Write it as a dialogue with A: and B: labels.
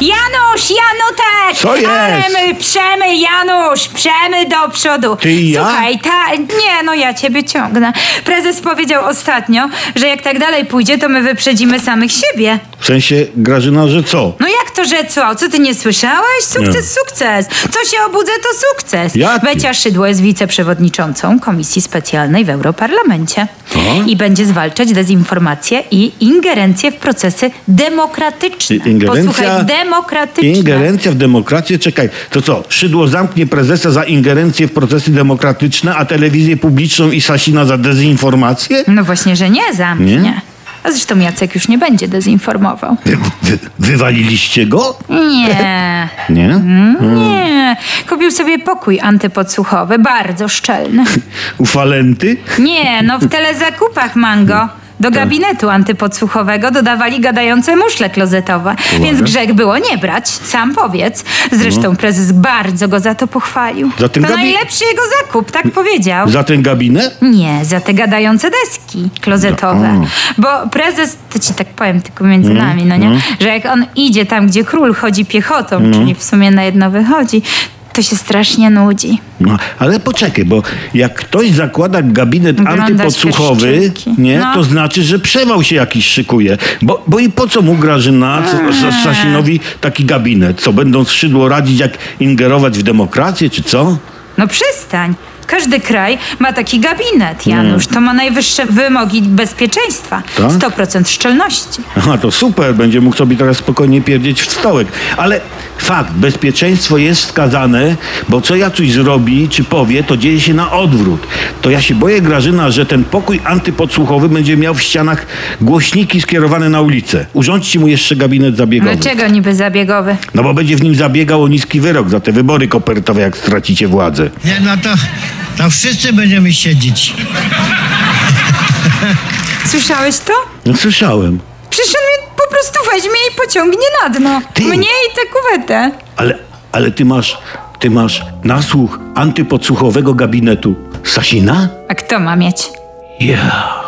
A: Janusz, Janutek!
B: Co jest?
A: Ale my przemy, Janusz, przemy do przodu.
B: Ty i ja?
A: Słuchaj, ta... Nie, no ja ciebie ciągnę. Prezes powiedział ostatnio, że jak tak dalej pójdzie, to my wyprzedzimy samych siebie.
B: W sensie, Grażyna, że co?
A: No jak to, że co? Co ty nie słyszałeś? Sukces, sukces. Co się obudzę, to sukces.
B: Jaki?
A: Becia Szydło jest wiceprzewodniczącą Komisji Specjalnej w Europarlamencie. I będzie zwalczać dezinformację i ingerencję w procesy demokratyczne.
B: I- ingerencja-
A: Posłuchaj, demokratyczne.
B: Ingerencja w demokrację? Czekaj, to co? Szydło zamknie prezesa za ingerencję w procesy demokratyczne, a telewizję publiczną i Sasina za dezinformację?
A: No właśnie, że nie zamknie.
B: Nie?
A: A zresztą Jacek już nie będzie dezinformował.
B: Wy, wy, wywaliliście go?
A: Nie,
B: Nie?
A: nie. Kupił sobie pokój antypodsłuchowy, bardzo szczelny.
B: Ufalenty?
A: Nie, no w telezakupach mango.
B: Tak.
A: Do gabinetu antypodsłuchowego dodawali gadające muszle klozetowe, więc grzech było nie brać, sam powiedz. Zresztą prezes bardzo go za to pochwalił.
B: No.
A: to
B: Za ten gabi-
A: najlepszy jego zakup, tak powiedział.
B: Za ten gabinet?
A: Nie, za te gadające deski klozetowe.
B: No,
A: Bo prezes, to ci tak powiem tylko między
B: Mm,
A: nami, no nie? Że jak on idzie tam, gdzie król chodzi piechotą,
B: Mm.
A: czyli w sumie na jedno wychodzi, to się strasznie nudzi.
B: No, ale poczekaj, bo jak ktoś zakłada gabinet
A: Oglądać
B: antypodsłuchowy,
A: pieszczynki.
B: nie,
A: No.
B: to znaczy, że przewał się jakiś szykuje. Bo, bo i po co mu Grażyna S- S- Sasinowi taki gabinet? Co, będą skrzydło radzić, jak ingerować w demokrację, czy co?
A: No przystań. Każdy kraj ma taki gabinet, Janusz. To ma najwyższe wymogi bezpieczeństwa.
B: Mm. Tak?
A: 100% szczelności.
B: Aha, to super, będzie mógł sobie teraz spokojnie pierdzieć w stołek. Ale fakt, bezpieczeństwo jest wskazane, bo co ja coś zrobi czy powie, to dzieje się na odwrót. To ja się boję, Grażyna, że ten pokój antypodsłuchowy będzie miał w ścianach głośniki skierowane na ulicę. Urządźcie mu jeszcze gabinet zabiegowy.
A: Dlaczego niby zabiegowy?
B: No bo będzie w nim zabiegał o niski wyrok za te wybory kopertowe, jak stracicie władzę.
C: Nie, no to, to wszyscy będziemy siedzieć.
A: Słyszałeś to?
B: No słyszałem.
A: Przecież on mnie po prostu weźmie i pociągnie na dno.
B: Ty.
A: Mnie i tę kuwetę.
B: Ale, ale ty masz, ty masz nasłuch antypodsłuchowego gabinetu Sasina?
A: A kto ma mieć?
B: Ja.